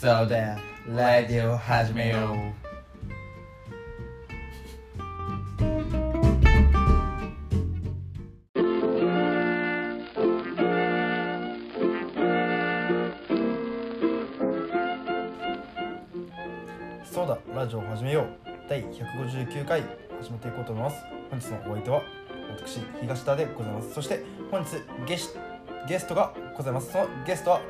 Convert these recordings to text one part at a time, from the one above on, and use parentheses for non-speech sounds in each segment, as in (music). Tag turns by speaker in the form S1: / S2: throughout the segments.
S1: そうだよラジオ始めよ
S2: そうだラジオを始めよう第159回始めていこうと思います本日のお相手は私東田でございますそして本日ゲスゲストがございますそのゲストは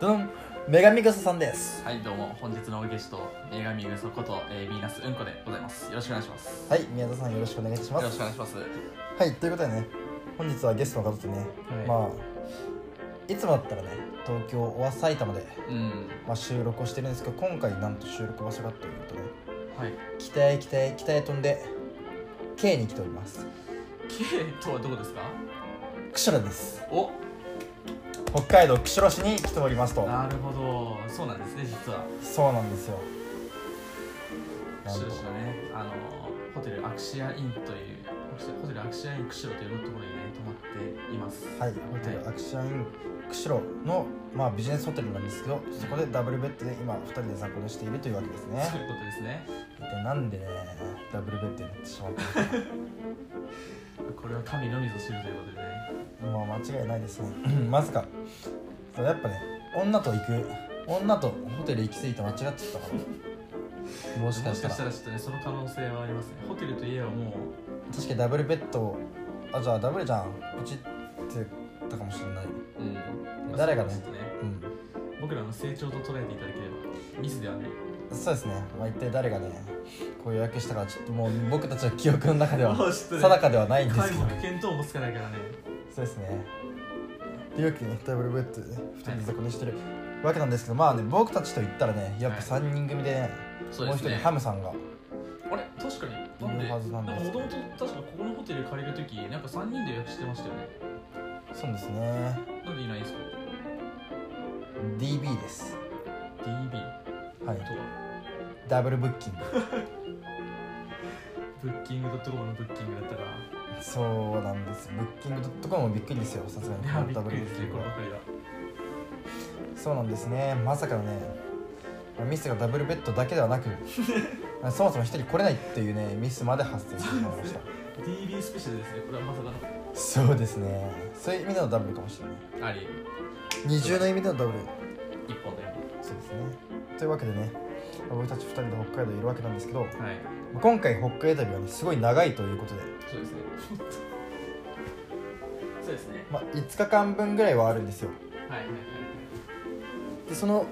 S2: どん女神笠さんです
S3: うはいどうも本日のゲスト映画見るそこと、えー、ビーナスうんこでございますよろしくお願いします
S2: はい宮田さんよろしくお願いしま
S3: よろしく
S2: す
S3: お願いします
S2: はいということでね本日はゲストの方とね、
S3: はい
S2: まあいつもだったらね東京は埼玉で、
S3: うん
S2: まあ、収録をしてるんですけど今回なんと収録場所がということで
S3: はい
S2: 北へ北へ北へ飛んで K に来ております
S3: K とはどこですか
S2: 釧路です
S3: お
S2: 北海道釧路市に来ておりますと
S3: なるほどそうなんですね実は
S2: そうなんですよなんと
S3: 釧路市のねあのホテルアクシアインというホテルアクシアイン釧路というところにね泊まっています
S2: はいホテ
S3: は
S2: ル
S3: い
S2: アクション釧路の、まあ、ビジネスホテルなんですけどそこでダブルベッドで今2人で雑魚寝しているというわけです
S3: そうい
S2: ね
S3: うことですね
S2: でなんでねダブルベッドになってしまったのか (laughs)
S3: これは神のみぞ知るということでね
S2: まあ間違いないですね (laughs) まさかそうやっぱね女と行く女とホテル行き過ぎて間違っちゃったか
S3: (laughs)
S2: なも
S3: も
S2: し
S3: し
S2: か
S3: か
S2: し
S3: したた
S2: ら
S3: らちょっとねその可能性はありますねホテルといえばもう
S2: 確かにダブルベッドあじゃあダブルじゃんプチってたかもしれない、
S3: うんまあ
S2: 誰がね
S3: それはちょっとね
S2: うん、
S3: 僕らの成長と捉えていただければミスではない
S2: そうですね、まあ、一体誰がねこう予約したかちょっともう僕たちの記憶の中では
S3: (laughs) もうちょっとね
S2: 定かではないんです
S3: 介
S2: け
S3: 護
S2: ど
S3: の見当もつかないからね
S2: そうですねでよくねダブルベッドで2人で雑魚寝してるわけなんですけどまあね僕たちと言ったらねやっぱ
S3: はい
S2: 3人組でね、もう一人ハムさんが
S3: あれ確かになん
S2: いるはず
S3: で
S2: な
S3: なんん
S2: で
S3: か
S2: すけ
S3: も
S2: ど
S3: ともと確かここのホテル借りるときなんか3人で予約してましたよね
S2: そうですね
S3: なんでいないんですか
S2: DB です
S3: DB
S2: はい
S3: とは
S2: ダブルブッキング
S3: ブッキング .com のブッキングだったから
S2: そうなんですブッキングドットコムもびっくりですよさすがに
S3: いやびっ
S2: ダブ
S3: く
S2: ル
S3: り
S2: ブ
S3: で
S2: ッ
S3: す
S2: キ
S3: ね
S2: ン
S3: こ
S2: グ
S3: れば
S2: は
S3: っかりは
S2: そうなんですねまさかのねミスがダブルベッドだけでは (laughs) なくそもそも一人来れないっていうねミスまで発生してしまいました
S3: DB スペシャルですねこれはまさかの
S2: そうですねそういう意味でのダブルかもしれない
S3: あり
S2: 二重の意味でのダブル
S3: 一本だよ
S2: そうですねというわけでね僕たち2人で北海道いるわけなんですけど
S3: はい
S2: 今回北海道旅はねすごい長いということで、
S3: そうですねそうですね
S2: まあ、5日間分ぐらいはあるんですよ
S3: はいはいはい
S2: でその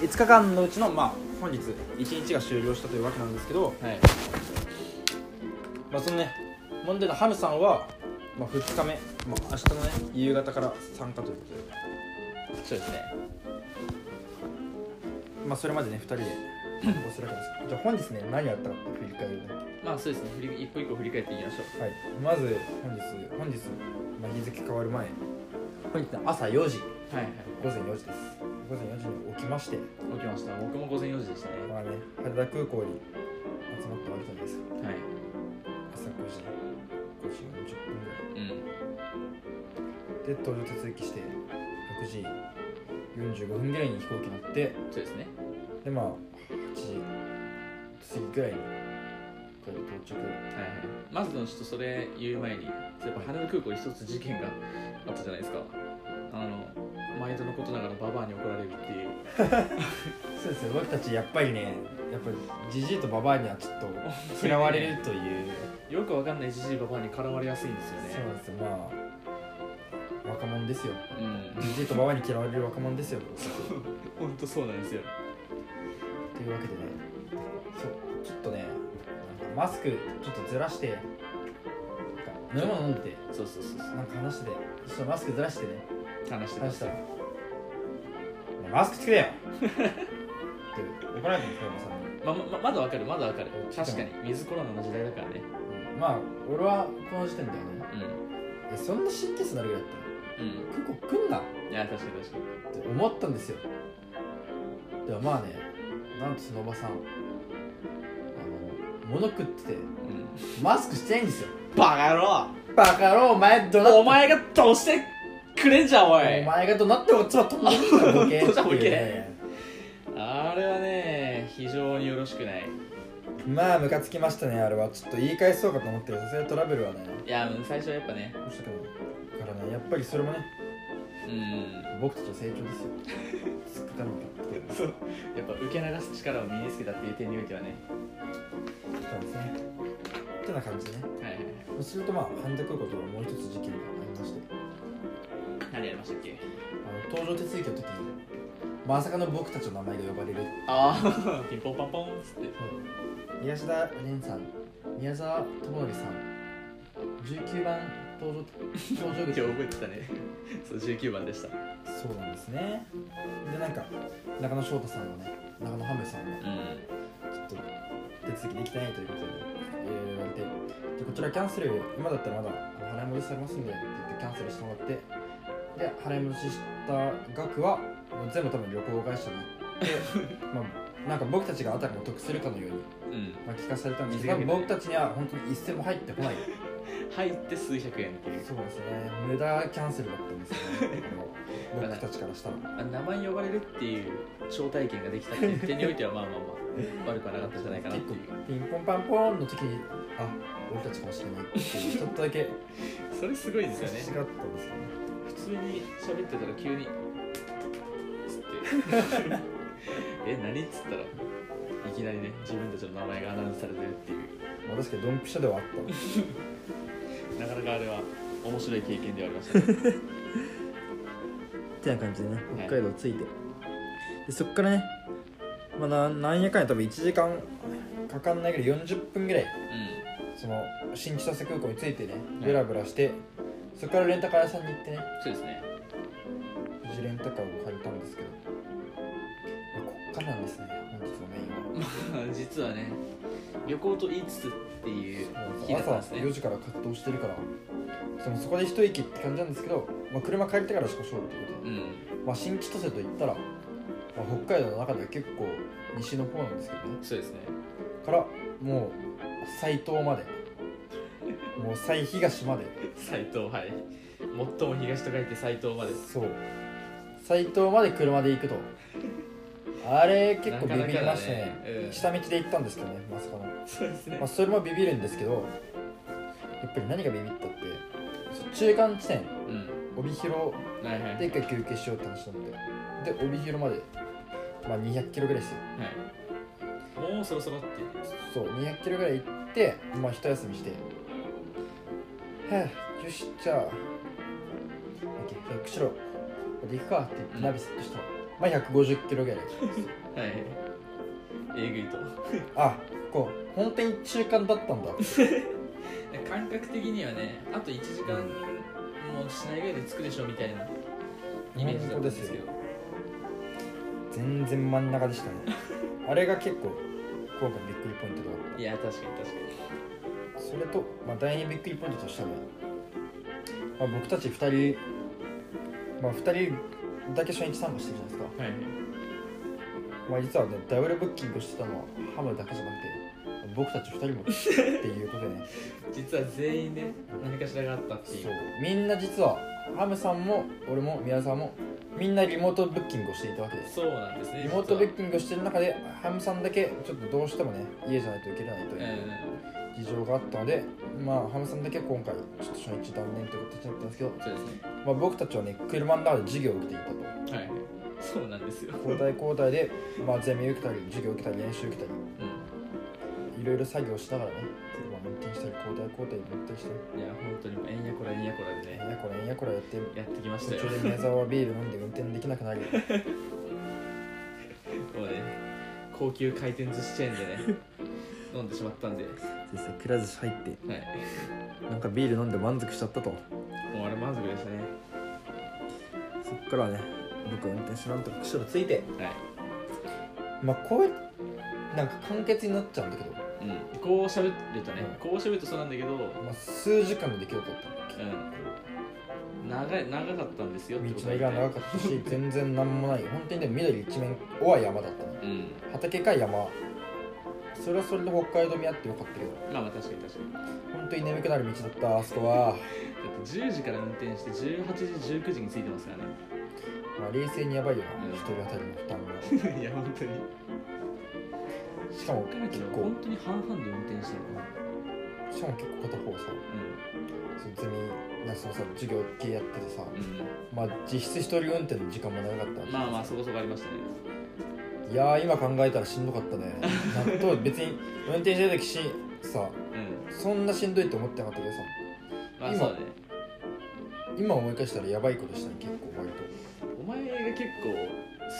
S2: 5日間のうちのまあ本日1日が終了したというわけなんですけど、
S3: はい
S2: まあ、そのね問題のハムさんは、まあ、2日目、まあ、明日のね夕方から参加ということで、
S3: そうですね
S2: まあ、それまでね2人でおすらかですじゃあ本日ね何やったかって振り返るね
S3: まあそうですね振り一個一個振り返っていきましょう
S2: はいまず本日本日、まあ、日付変わる前本日の朝4時
S3: はいはい
S2: 午前4時です午前4時に起きまして
S3: 起きました僕も午前4時でしたね
S2: まあね羽田空港に集まったわけじゃないですか
S3: はい
S2: 朝5時5時40分ぐらい
S3: うん
S2: で搭乗手続きして6時45分ぐらいに飛行機乗って
S3: そうですね
S2: でまあ8時過ぎぐらいにこれ到着
S3: はいはいまずのちょっとそれ言う前にやっぱ羽田空港に一つ事件があったじゃないですかあの毎度のことながらババアに怒られるっていう
S2: そうですよ僕たちやっぱりねやっぱりじじいとババアにはちょ (laughs) っと嫌われるという
S3: よくわかんないじじいババアに絡まれやすいんですよね
S2: そうですよまあ若者 (laughs) ですよ
S3: うん
S2: じじいとババアに嫌われる若者ですよ
S3: 本当そうなんですよ
S2: というわけでねそうちょっとねなんかマスクちょっとずらしてなんか飲み物飲んで
S3: そうそうそう
S2: なんか話しててちょっとマスクずらしてね
S3: そう話してま
S2: 話
S3: し
S2: したたら「マスクつけ
S3: (laughs)
S2: てよ! 」って怒られたんですよ山さんに
S3: ままままだわかるまだわかる
S2: うん
S3: 確かにウィズコロナの時代だからね
S2: うんまあ俺はこの時点ではね
S3: うん
S2: いやそんな神経質になるぐらいだったら空
S3: う
S2: 港来んなっ
S3: んいや確かに確かに
S2: て思ったんですよでもまあねなんとそのおばさんあの物食ってて
S3: うん
S2: マスクしてないんですよ
S3: バカ野郎
S2: バカ野郎お前どな
S3: お前がどうしてくれんじゃんおい
S2: お前がどなってこっちは飛んでくんだボケ
S3: ほんとだボケ
S2: っていうね
S3: あれはね非常によろしくない
S2: まあムカつきましたねあれはちょっと言い返そうかと思ってるさすがにトラベルはね
S3: いやうん最初はやっぱね
S2: どうしたかなだからねやっぱりそれもね
S3: うん
S2: 僕たちの成長ですよ作ったのかっていう
S3: そうやっぱ受け流す力を身につけたっていう点においてはね
S2: そうですねってな感じね
S3: はいはいはい
S2: するとまあ反対空港ともう一つ事件がありまして
S3: 何やりましたっけ
S2: あの搭乗手続きの時にまさかの僕たちの名前が呼ばれる
S3: ああピンポンパンポンっつって
S2: 宮下蓮さん宮沢智則さん19番搭乗搭乗
S3: 今日
S2: 口
S3: 覚えてたね (laughs) そう19番でした
S2: そうなんですねでなんか中野翔太さんもね中野ハムさんも
S3: うん
S2: ちょっと手続きできてないということでいろいろ言われてでこちらキャンセル今だったらまだあの払い戻しされますんでって言ってキャンセルしてもらってで払い戻しした額はもう全部多分旅行会社に行ってま
S3: (laughs)
S2: あなんか僕たちがあたかも得するかのように、
S3: うん
S2: まあ、聞かされたんですけど多分僕たちには本当に一銭も入ってこない
S3: 入って数百円っていう
S2: そうですね無駄キャンセルだったんですよね
S3: (laughs)
S2: これは僕たちからしたら
S3: あ名前呼ばれるっていう招待券ができたっていう点においてはまあまあまあ悪くはなかったんじゃないかなっていう
S2: ピンポンパンポンの時にあ俺たちかもしれないっていうちょっとだけ違っ
S3: それすごい
S2: たん
S3: で
S2: です
S3: すよ
S2: よ
S3: ね
S2: ね
S3: 普通に喋ってたら急に「つって (laughs) 「え何?」っつったらいきなりね自分たちの名前がアナウンスされてるっていう
S2: まあ、確かにドンピシャではあった
S3: なかなかあれは面白い経験ではありましたね
S2: てな感じでね
S3: はい
S2: 北海道着いて、でそっからねまあななんやかんや多分1時間かかんないぐらい40分ぐらいその新千歳空港に着いてねブラブラして、そっからレンタカー屋さんに行ってね
S3: うんそうですね
S2: 無事レンタカーを借りたんですけど、まあ、こっからなんですね本日のメインは。
S3: 実はね旅行と言いつつっていう日だっ
S2: 朝
S3: たんですね
S2: 4時から活動してるからそのそこで一息って感じなんですけど、まあ、車借りてからしか勝負ってこと
S3: う
S2: で、
S3: ん
S2: まあ、新千歳といったら、まあ、北海道の中では結構西の方なんですけどね
S3: そうですね
S2: からもう最東までもう最東まで
S3: 斎藤はい最も東と書いて斎藤まで
S2: そう最東まで車で行くとあれ結構ビビりましたね
S3: なかなかだねうん
S2: 下道で行ったんですけどねまさかの、
S3: そうですね
S2: まあ、それもビビるんですけどやっぱり何がビビったってそう中間地点
S3: うん
S2: 帯広
S3: はいはいはい
S2: で一回休憩しようって話なんでで帯広まで、まあ、200キロぐらいですよ
S3: はいもうそろそろっていう
S2: そう200キロぐらい行ってまあ一休みしてはあよしじゃあだっけ100キロで行くかって言ってナビセットしたら、まあ150キロぐらい
S3: はいえぐいと
S2: あこう本当に中間だったんだ
S3: 感覚的にはねあと1時間もしないぐらいで着くでしょみたいなイメージだったんですけど
S2: 全然真ん中でしたねあれが結構今回のびっくりポイントだった
S3: いや確かに確か
S2: それと、まあ、第2びっくりポイントとしては、まあ、僕たち2人、まあ、2人だけ初日参加してるじゃないです
S3: にはいはい
S2: か、まあ、実はねダブルブッキングしてたのはハムだけじゃなくて僕たち2人もっていうことでね
S3: 実は全員ね何かしらがあったって
S2: そ
S3: いう
S2: うみんな実はハムさんも俺も宮沢もみんなリモートブッキングをしていたわけです
S3: そうなんですね
S2: リモートブッ
S3: 実
S2: キングをしてる中でハムさんだけちょっとどうしてもね家じゃないといけないという、
S3: は
S2: 事情があったので、まあ、ハムさんだけ今回ちょっと初日断念という形になったんですけど、
S3: うんそうですね
S2: まあ、僕たちはね車の中で授業を受けていたと
S3: はいはいそうなんですよ
S2: 交代交代で、まあ、ゼミ受けたり授業受けたり練習受けたり
S3: う
S2: いろいろ作業しながらね車運転したり交代交代で運転したり
S3: んいや本当にもうえんやこらえんやこらで
S2: なん
S3: ね
S2: やこれなんやこれやって
S3: やってきました
S2: 途
S3: よ
S2: 中で宮沢はビール飲んで運転できなくなり
S3: もうね高級回転寿司チェーンでね飲んでしまったんでは
S2: 先生くら寿司入って
S3: い
S2: なんかビール飲んで満足しちゃったと
S3: もうあれ満足でしたね
S2: そっからね僕運転手なんとか釧路ついて
S3: はい
S2: まあこういうなんか簡潔になっちゃうんだけど、
S3: うん、こう喋るとね、こう喋るとそうなんだけど、う
S2: まあ、数時間の出来事だったんだけど
S3: ん、長い長かったんですよってこ
S2: 道
S3: と
S2: の
S3: だ
S2: り
S3: よ
S2: が
S3: ね
S2: 長かった (laughs) し全然なんもない本当にでも緑一面おは山だったね
S3: うん
S2: 畑か山それはそれで北海道見合ってよかったけど
S3: まあまあ確かに確かにだ
S2: 本当に眠くなる道だったあそこは
S3: って10時から運転して18時19時に着いてますからね
S2: まあ、冷静にやばいよな、
S3: うん
S2: 一人当たりの負担が
S3: (laughs) いや本当に
S2: しかも結
S3: 結構
S2: 構
S3: 本当に半々で運転してるから
S2: しかも結構片方さそのゼミなんかそのさ授業系やっててさ、
S3: う
S2: まあ実質一人運転の時間も長かったわ
S3: ん、う
S2: け
S3: ん、まあまあそこそこありましたね
S2: いやー今考えたらしんどかったね納豆別に運転してる時しさ
S3: うん
S2: そんなしんどいと思ってなかったけどさ
S3: まあ
S2: 今
S3: そうだね
S2: 今思い返したらやばいことしたね結構割と
S3: お前が結構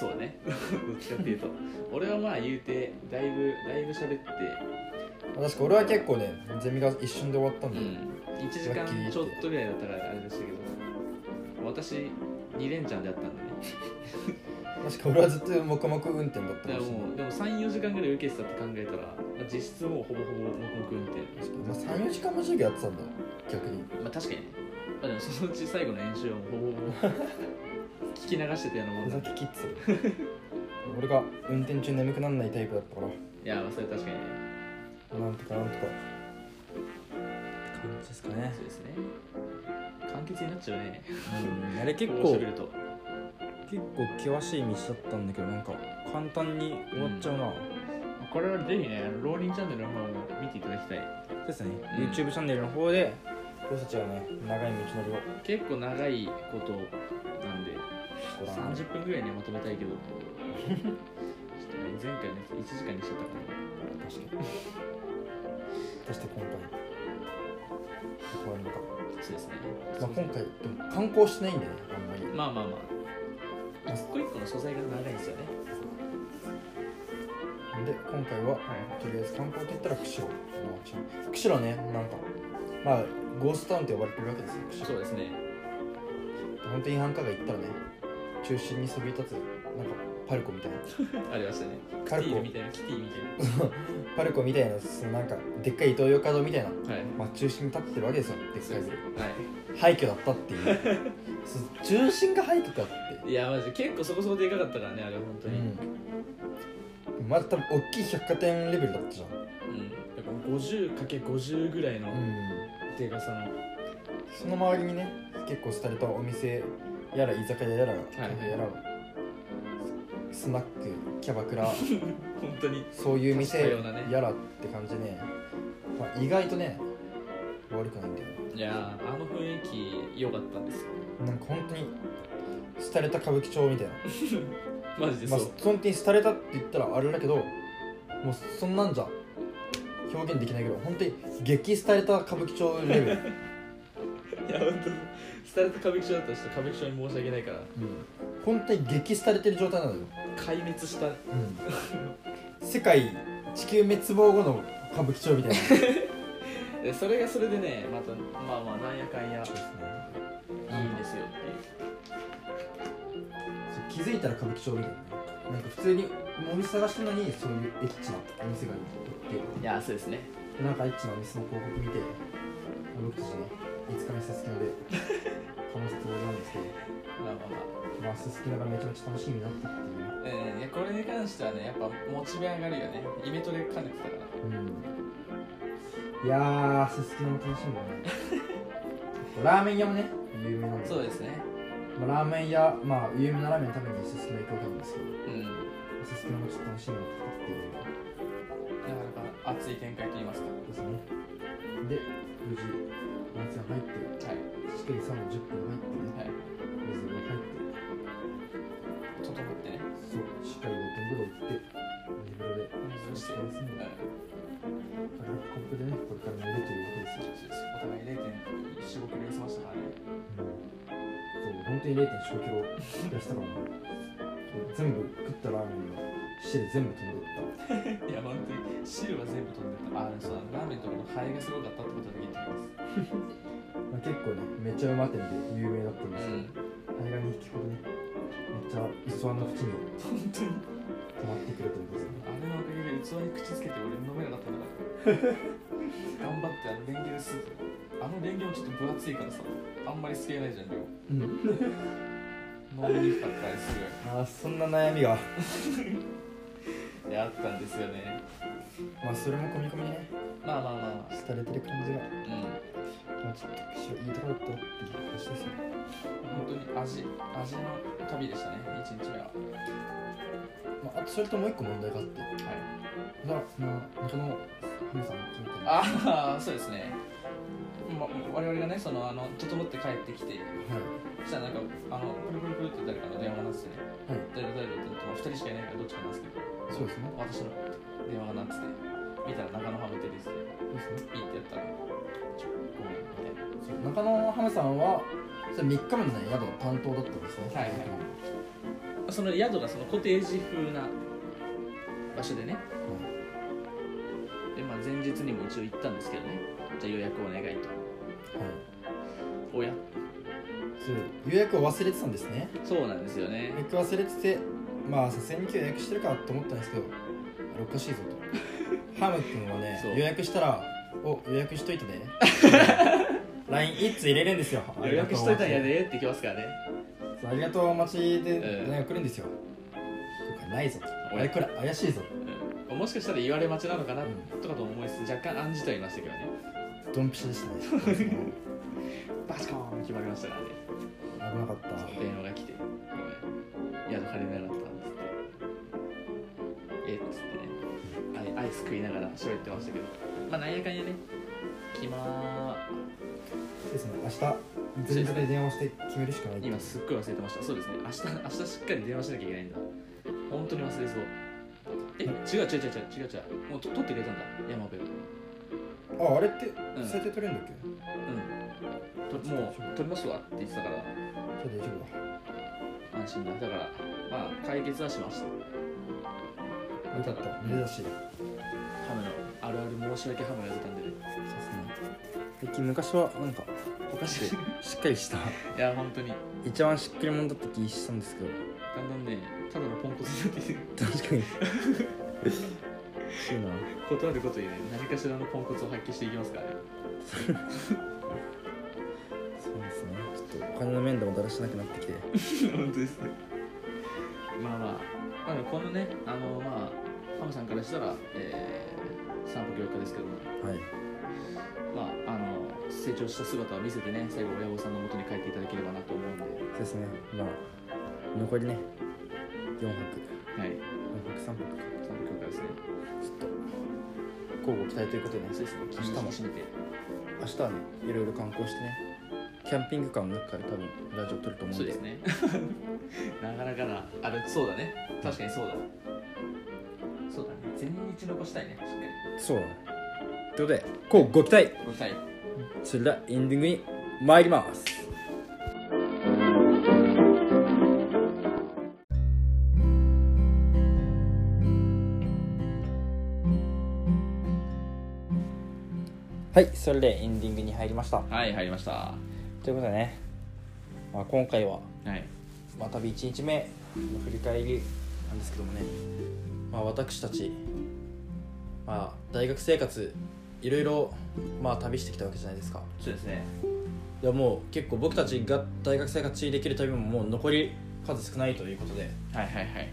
S3: そうね (laughs) どっちかっていうと俺はまあ言うてだいぶだいぶ喋って、
S2: 確か俺は結構ねゼミが一瞬で終わったん
S3: う
S2: で、
S3: ん、1時間ちょっとぐらいだったからあれでしたけど私2連チャンでやったんでね
S2: 確か俺はずっと黙々運転だった
S3: だから
S2: もしれない
S3: もうでも34時間ぐらい受けてたって考えたら、まあ、実質もうほぼほぼ黙々運転、
S2: まあ、34時間も授業やってたんだ逆に
S3: まあ、確かにね、まあ、でもそのうち最後の演習はもうほぼほ (laughs) ぼ聞き流してたようなも
S2: ふ
S3: ん (laughs) だ
S2: ざけキッズ俺が運転中眠くならないタイプだったから
S3: いやまあそれは確かにね
S2: なんとかなんとか感じですかね
S3: そうですね簡潔になっちゃうね
S4: うん
S2: あれ
S4: 結構
S3: こう喋ると
S4: 結構険しい道だったんだけどなんか簡単に終わっちゃうな、
S3: これはぜひねあの浪人チャンネルの方も見ていただきたい
S4: ですね、
S3: うん
S4: YouTube チャンネルの方で
S2: 僕たちはね長い道のりを
S3: 結構長いことなんで
S2: ご覧
S3: 30分ぐらいにまとめた (laughs) いけどちょっとね前回のやつ1時間にしちゃったからね
S2: 確かにそして今回終わるのか、
S3: そうですね
S2: まあ、今回でも観光してないんでねあんまり
S3: まあまあまあ一個一個の素材が長いんですよね
S2: で今回は
S3: はい
S2: とりあえず観光といったら釧路釧路ねなんかまあゴーストタウンって呼ばれてるわけですよ釧
S3: そうですね
S2: 路本当に繁華街行ったらね中心にそびえ立つなんかパルコみたいな
S3: ありましたねキ
S2: パル
S3: テ
S2: コ
S3: ィみたいなキティみたい
S2: パルコみたいなそのなんかでっかいイトーヨーカドーみたいな、
S3: なはい
S2: まあ、中心に立ってるわけですよでっ
S3: そ
S2: か
S3: う
S2: い
S3: ですねは
S2: 廃墟だったっていう
S3: (laughs)
S2: そう中心が廃墟だって
S3: いいやマジで結構そこそこでかかったからねあれは本当にうん、
S2: うん、まだ多分大きい百貨店レベルだったじゃん、
S3: やっぱ 50×50 ぐらいの
S2: うん、
S3: でかさの
S2: その周りにね結構廃れたお店やら居酒屋やらカフェやら、ススナックキャバ
S3: (laughs)
S2: クラ
S3: 本当に
S2: そういう店
S3: 多種多様なね
S2: やらって感じでね、まあ、意外とね悪くないんだよね
S3: いやーあの雰囲気良かったんですよ
S2: なんか本当に廃れた歌舞伎町みたいな
S3: マジでそ
S2: まあ
S3: う、、
S2: 本当に廃れたって言ったらあれだけどもうそんなんじゃ表現できないけど本当に激廃れた歌舞伎町レベル、
S3: いや本当に廃れた歌舞伎町だったらちょっと歌舞伎町に申し訳ないから
S2: うん、本当に激廃れてる状態なのよ、
S3: 壊滅した
S2: うん、世界地球滅亡後の歌舞伎町みたいなそう
S3: でそれがそれでねまたまあまあなんやかんやいい
S2: ですね
S3: んですよっていう
S2: そう気づいたら歌舞伎町みたいななんか普通にお店探してるのにそういうエッチなお店がいっぱいあっ
S3: いやそうですね
S2: てなんかエッチなお店の広告見て僕たちね5日目すすきので可能性なんですけど
S3: まあまあまあ
S2: まあ、すすきのがめちゃめちゃ楽しみになったっていうね。
S3: うんいやこれに関してはねやっぱモチベ上がるよねイベントで兼ねてたから
S2: いやー、すすきのも楽しみだね。ラーメン屋もね、有名なんで、
S3: そうですね
S2: まあ、ラーメン屋、まあ、有名なラーメン食べにすすきの行くわけなんですけど、
S3: うんな
S2: すすきのもちょっと楽しみになったっていうこ
S3: かなか熱い展開といいますか
S2: とですね。で、無事、温泉入って、
S3: はい
S2: しっかり3分10分入ってね、
S3: はい
S2: 水風呂入って、
S3: 整ってね
S2: そう、しっかり露天風呂行って、水風呂で、
S3: 水をして
S2: そう
S3: うん
S2: です
S3: そ
S2: ねここでね、これから寝るということですよ。
S3: うですお互い0.45くらい済ましたからね
S2: そう本当に0.5キロ出したからな全部食ったラーメンの汁全部飛んでった
S3: いや本当に汁は全部飛んでたああそうだラーメンとかのハエがすごかったってことだけ言ってき
S2: まあ、
S3: ます
S2: 結構ねめちゃうま店で有名だったんですけど、映画に引きほどねめっちゃ磯の縁に
S3: 本当に
S2: 止まってくれてるんですよね
S3: あれのおかげで器に口つけて俺飲めなかったんだから頑張ってあのレンゲですあのレンゲもちょっと分厚いからさあんまりすけないじゃん量
S2: うん
S3: 飲みにくかったりする
S2: あーそんな悩みが
S3: であったんですよね
S2: まあそれも込み込みね
S3: まあまあまあまあ
S2: 廃れてる感じが
S3: うん
S2: まあちょっと私はいいところだったっていう話ですよ
S3: 本当に味味の旅でしたね1日目はは
S2: まあ、あとそれともう一個問題があってだからその元のハムさんみたいなはい
S3: ああそうですね、ま、我々がねそのあの整って帰ってきてそしたらなんかあのプルプルプルって誰かの電話が鳴っててね
S2: はい
S3: 誰だ誰だって言っても2人しかいないからどっちかなんですけど
S2: そうですね
S3: 私の電話が鳴ってて見たら中野ハムテリスで
S2: そうですね
S3: ピッてやったらちょごめんみたいな
S2: そう中野ハムさんはそれ3日目の、ね、宿の担当だったんですね
S3: はいはいその宿がそのコテージ風な場所でね、でまあ、前日にも一応行ったんですけどねじゃあ予約お願いと
S2: はい
S3: おや
S2: そう予約を忘れてたんですね
S3: そうなんですよね
S2: 予約忘れててまあさすがに今日予約してるかと思ったんですけどあれおかしいぞ
S3: (laughs)
S2: とハム君はね
S3: そう
S2: 予約したら「お予約しといて
S3: (laughs)
S2: ね」LINE1 通入れるんですよ
S3: 予約しといたんやでってきますからね
S2: そうありがとう待ちで、
S3: うん
S2: なんか来るんですよ今回ないぞあれこれ怪しいぞ
S3: うんもしかしたら言われ待ちなのかな
S2: う
S3: とかと思いつつ若干暗示とは言いましたけどね
S2: ドンピシャでしたね
S3: バチコーン決まりましたからね
S2: 危なかった
S3: 電話が来て「宿借りれなかった」んですって「えっ?」つってねアイアイス食いながら喋ってましたけどまあなんやかんやね気ま
S2: ですね明日全力で電話して決めるしかない
S3: 今すっごい忘れてましたそうですね明日明日しっかり電話しなきゃいけないんだ本当に忘れそうえ違う違う違う違う違う違うもうと取ってくれたんだ山辺が
S2: ああれって
S3: うん
S2: 最低取れるんだっけ、
S3: うんともう取りますわって言ってたから
S2: じゃあ大丈夫
S3: 安心だだからまあ解決はしました
S2: だよかった
S3: うん
S2: 目指しそう
S3: ハムのあるある申し訳ハムが出たんでね
S2: ですね最近昔はなんか
S3: おかしいい
S2: しっかり (laughs) した
S3: や本当に
S2: 一番しっくり者だった気したんですけど
S3: だんだんねただのポンコツになってきてる
S2: 確かにしいな
S3: 断ることにね何かしらのポンコツを発揮していきますからね
S2: そうですねちょっとお金の面でもだらしなくなってきて
S3: (laughs) 本当ですねまあまあ、まあ、このねあのまあハムさんからしたら、えー、散歩業家ですけども
S2: はい
S3: まああの成長した姿を見せてね最後親御さんの元に帰っていただければなと思うんで、
S2: そうですねまあ残りね4泊
S3: はい、
S2: 4泊3泊か
S3: 散歩業家ですね
S2: ちょっと交互期待ということでね
S3: そうですね気
S2: 明日も
S3: にしめて
S2: 明日はねいろいろ観光してねキャンピングカーの中から多分ラジオ撮ると思う
S3: そ
S2: ん
S3: う
S2: で
S3: です (laughs) ねなかなかなあれそうだね確かにそうだそうだね全日残したいねしっか
S2: そうだねということでこうご期待
S3: り残したい
S2: それではエンディングに参りますはいそれでエンディングに入りました
S3: はい入りましたは
S2: ということでね、まあ、今回はいまあ旅1日目の振り返りなんですけどもね、まあ、私たち、まあ、大学生活いろいろ、まあ、旅してきたわけじゃないですか
S3: そうですね
S2: いやもう結構僕たちが大学生活できる旅ももう残り数少ないということで、
S3: はいはいはい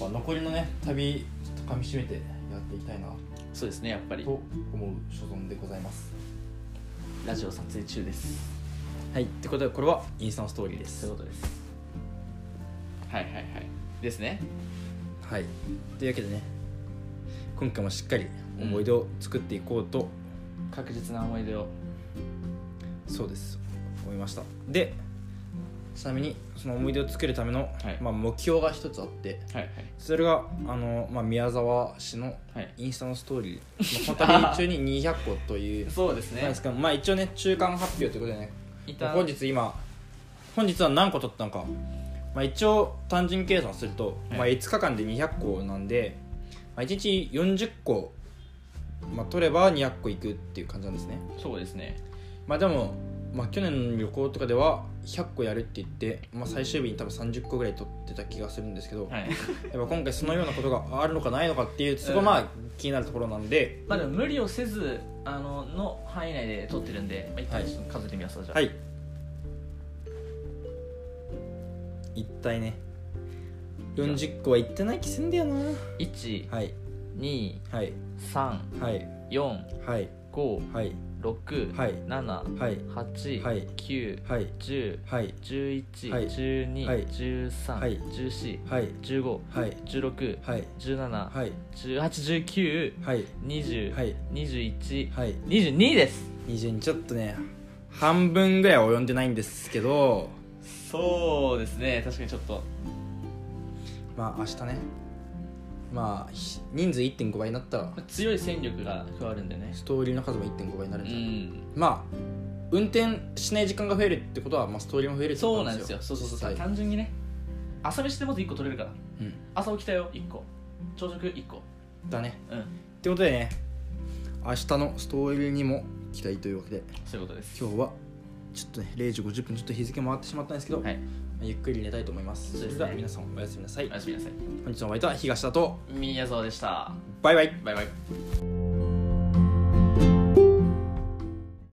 S2: まあ、残りのね旅ちょっとかみしめてやっていきたいな
S3: そうですねやっぱり
S2: と思う所存でございます
S3: ラジオ撮影中です
S2: はいってことでこれはインスタのストーリーで
S3: そうい
S2: す
S3: うことですはいはいはいですね
S2: はいというわけでね今回もしっかり思い出を作っていこうと、
S3: 確実な思い出を
S2: そうです思いましたでちなみにその思い出を作るための、
S3: はい
S2: まあ、目標が一つあって
S3: はいはい
S2: それがあの、まあ、宮沢氏の
S3: はい
S2: インスタのストーリ
S3: (laughs)
S2: ー、まあ、この旅中に200個という
S3: そうです
S2: なん
S3: ね
S2: ですけど、まあ、一応ね中間発表ということでね
S3: 一旦
S2: 本日今本日は何個取ったのか、まあ、一応単純計算すると、
S3: はい
S2: まあ、5日間で200個なんで、まあ、1日40個、まあ、取れば200個いくっていう感じなんですね
S3: そうですね
S2: まあでも、まあ、去年の旅行とかでは100個やるって言って、まあ、最終日に多分30個ぐらい取ってた気がするんですけど、
S3: はい
S2: やっぱ今回そのようなことがあるのかないのかっていうそこ
S3: う
S2: が
S3: ん
S2: まあ気になるところなんで、
S3: (laughs) まあでも無理をせずあのの範囲内で撮ってるんで、まあ、一
S2: は
S3: 回
S2: い
S3: ちょっと数えてみますわじゃあ
S2: はい一体ね40個は行ってない気すんだよな
S3: 1
S2: はい
S3: 2
S2: はい
S3: 3
S2: はい
S3: 4
S2: はい
S3: 5
S2: はい
S3: 6
S2: はい
S3: 7
S2: はいはい
S3: 8 9
S2: はい
S3: 10
S2: はい
S3: 11、
S2: はい
S3: 12、
S2: はい
S3: 13、
S2: はい
S3: 14、
S2: はい
S3: 15、
S2: はい
S3: 16、
S2: はい
S3: 17、
S2: はい
S3: 18、19、
S2: はい
S3: 20、
S2: はい
S3: 21、
S2: はい
S3: 22です
S2: 20ちょっとね半分ぐらいは及んでないんですけど
S3: そうですね、確かにちょっと。
S2: まあ明日ねまあひ人数1.5倍になったら
S3: 強い戦力が加わるんでね。
S2: ストーリーの数も1.5倍にな
S3: う
S2: るんじゃない
S3: ん。
S2: まあ運転しない時間が増えるってことは、まあ、ストーリーも増えるってこ
S3: そ
S2: と
S3: うなんですよ。そうそうそう。
S2: 実際
S3: 単純にね、朝飯でまず1個取れるから。
S2: うん
S3: 朝起きたよ、1個。朝食1個。
S2: だね
S3: うん。
S2: ってことでね明日のストーリーにも期待というわけで
S3: そういうことです。
S2: 今日はちょっとね0時50分ちょっと日付回ってしまったんですけど、
S3: はい。
S2: ゆっくり寝たいと思います
S3: そう
S2: それ
S3: ですね
S2: では皆さんおやすみなさい
S3: おやすみなさい。
S2: 本日のお相手は東田と
S3: 宮沢でした。
S2: バイバイ
S3: バイバイ。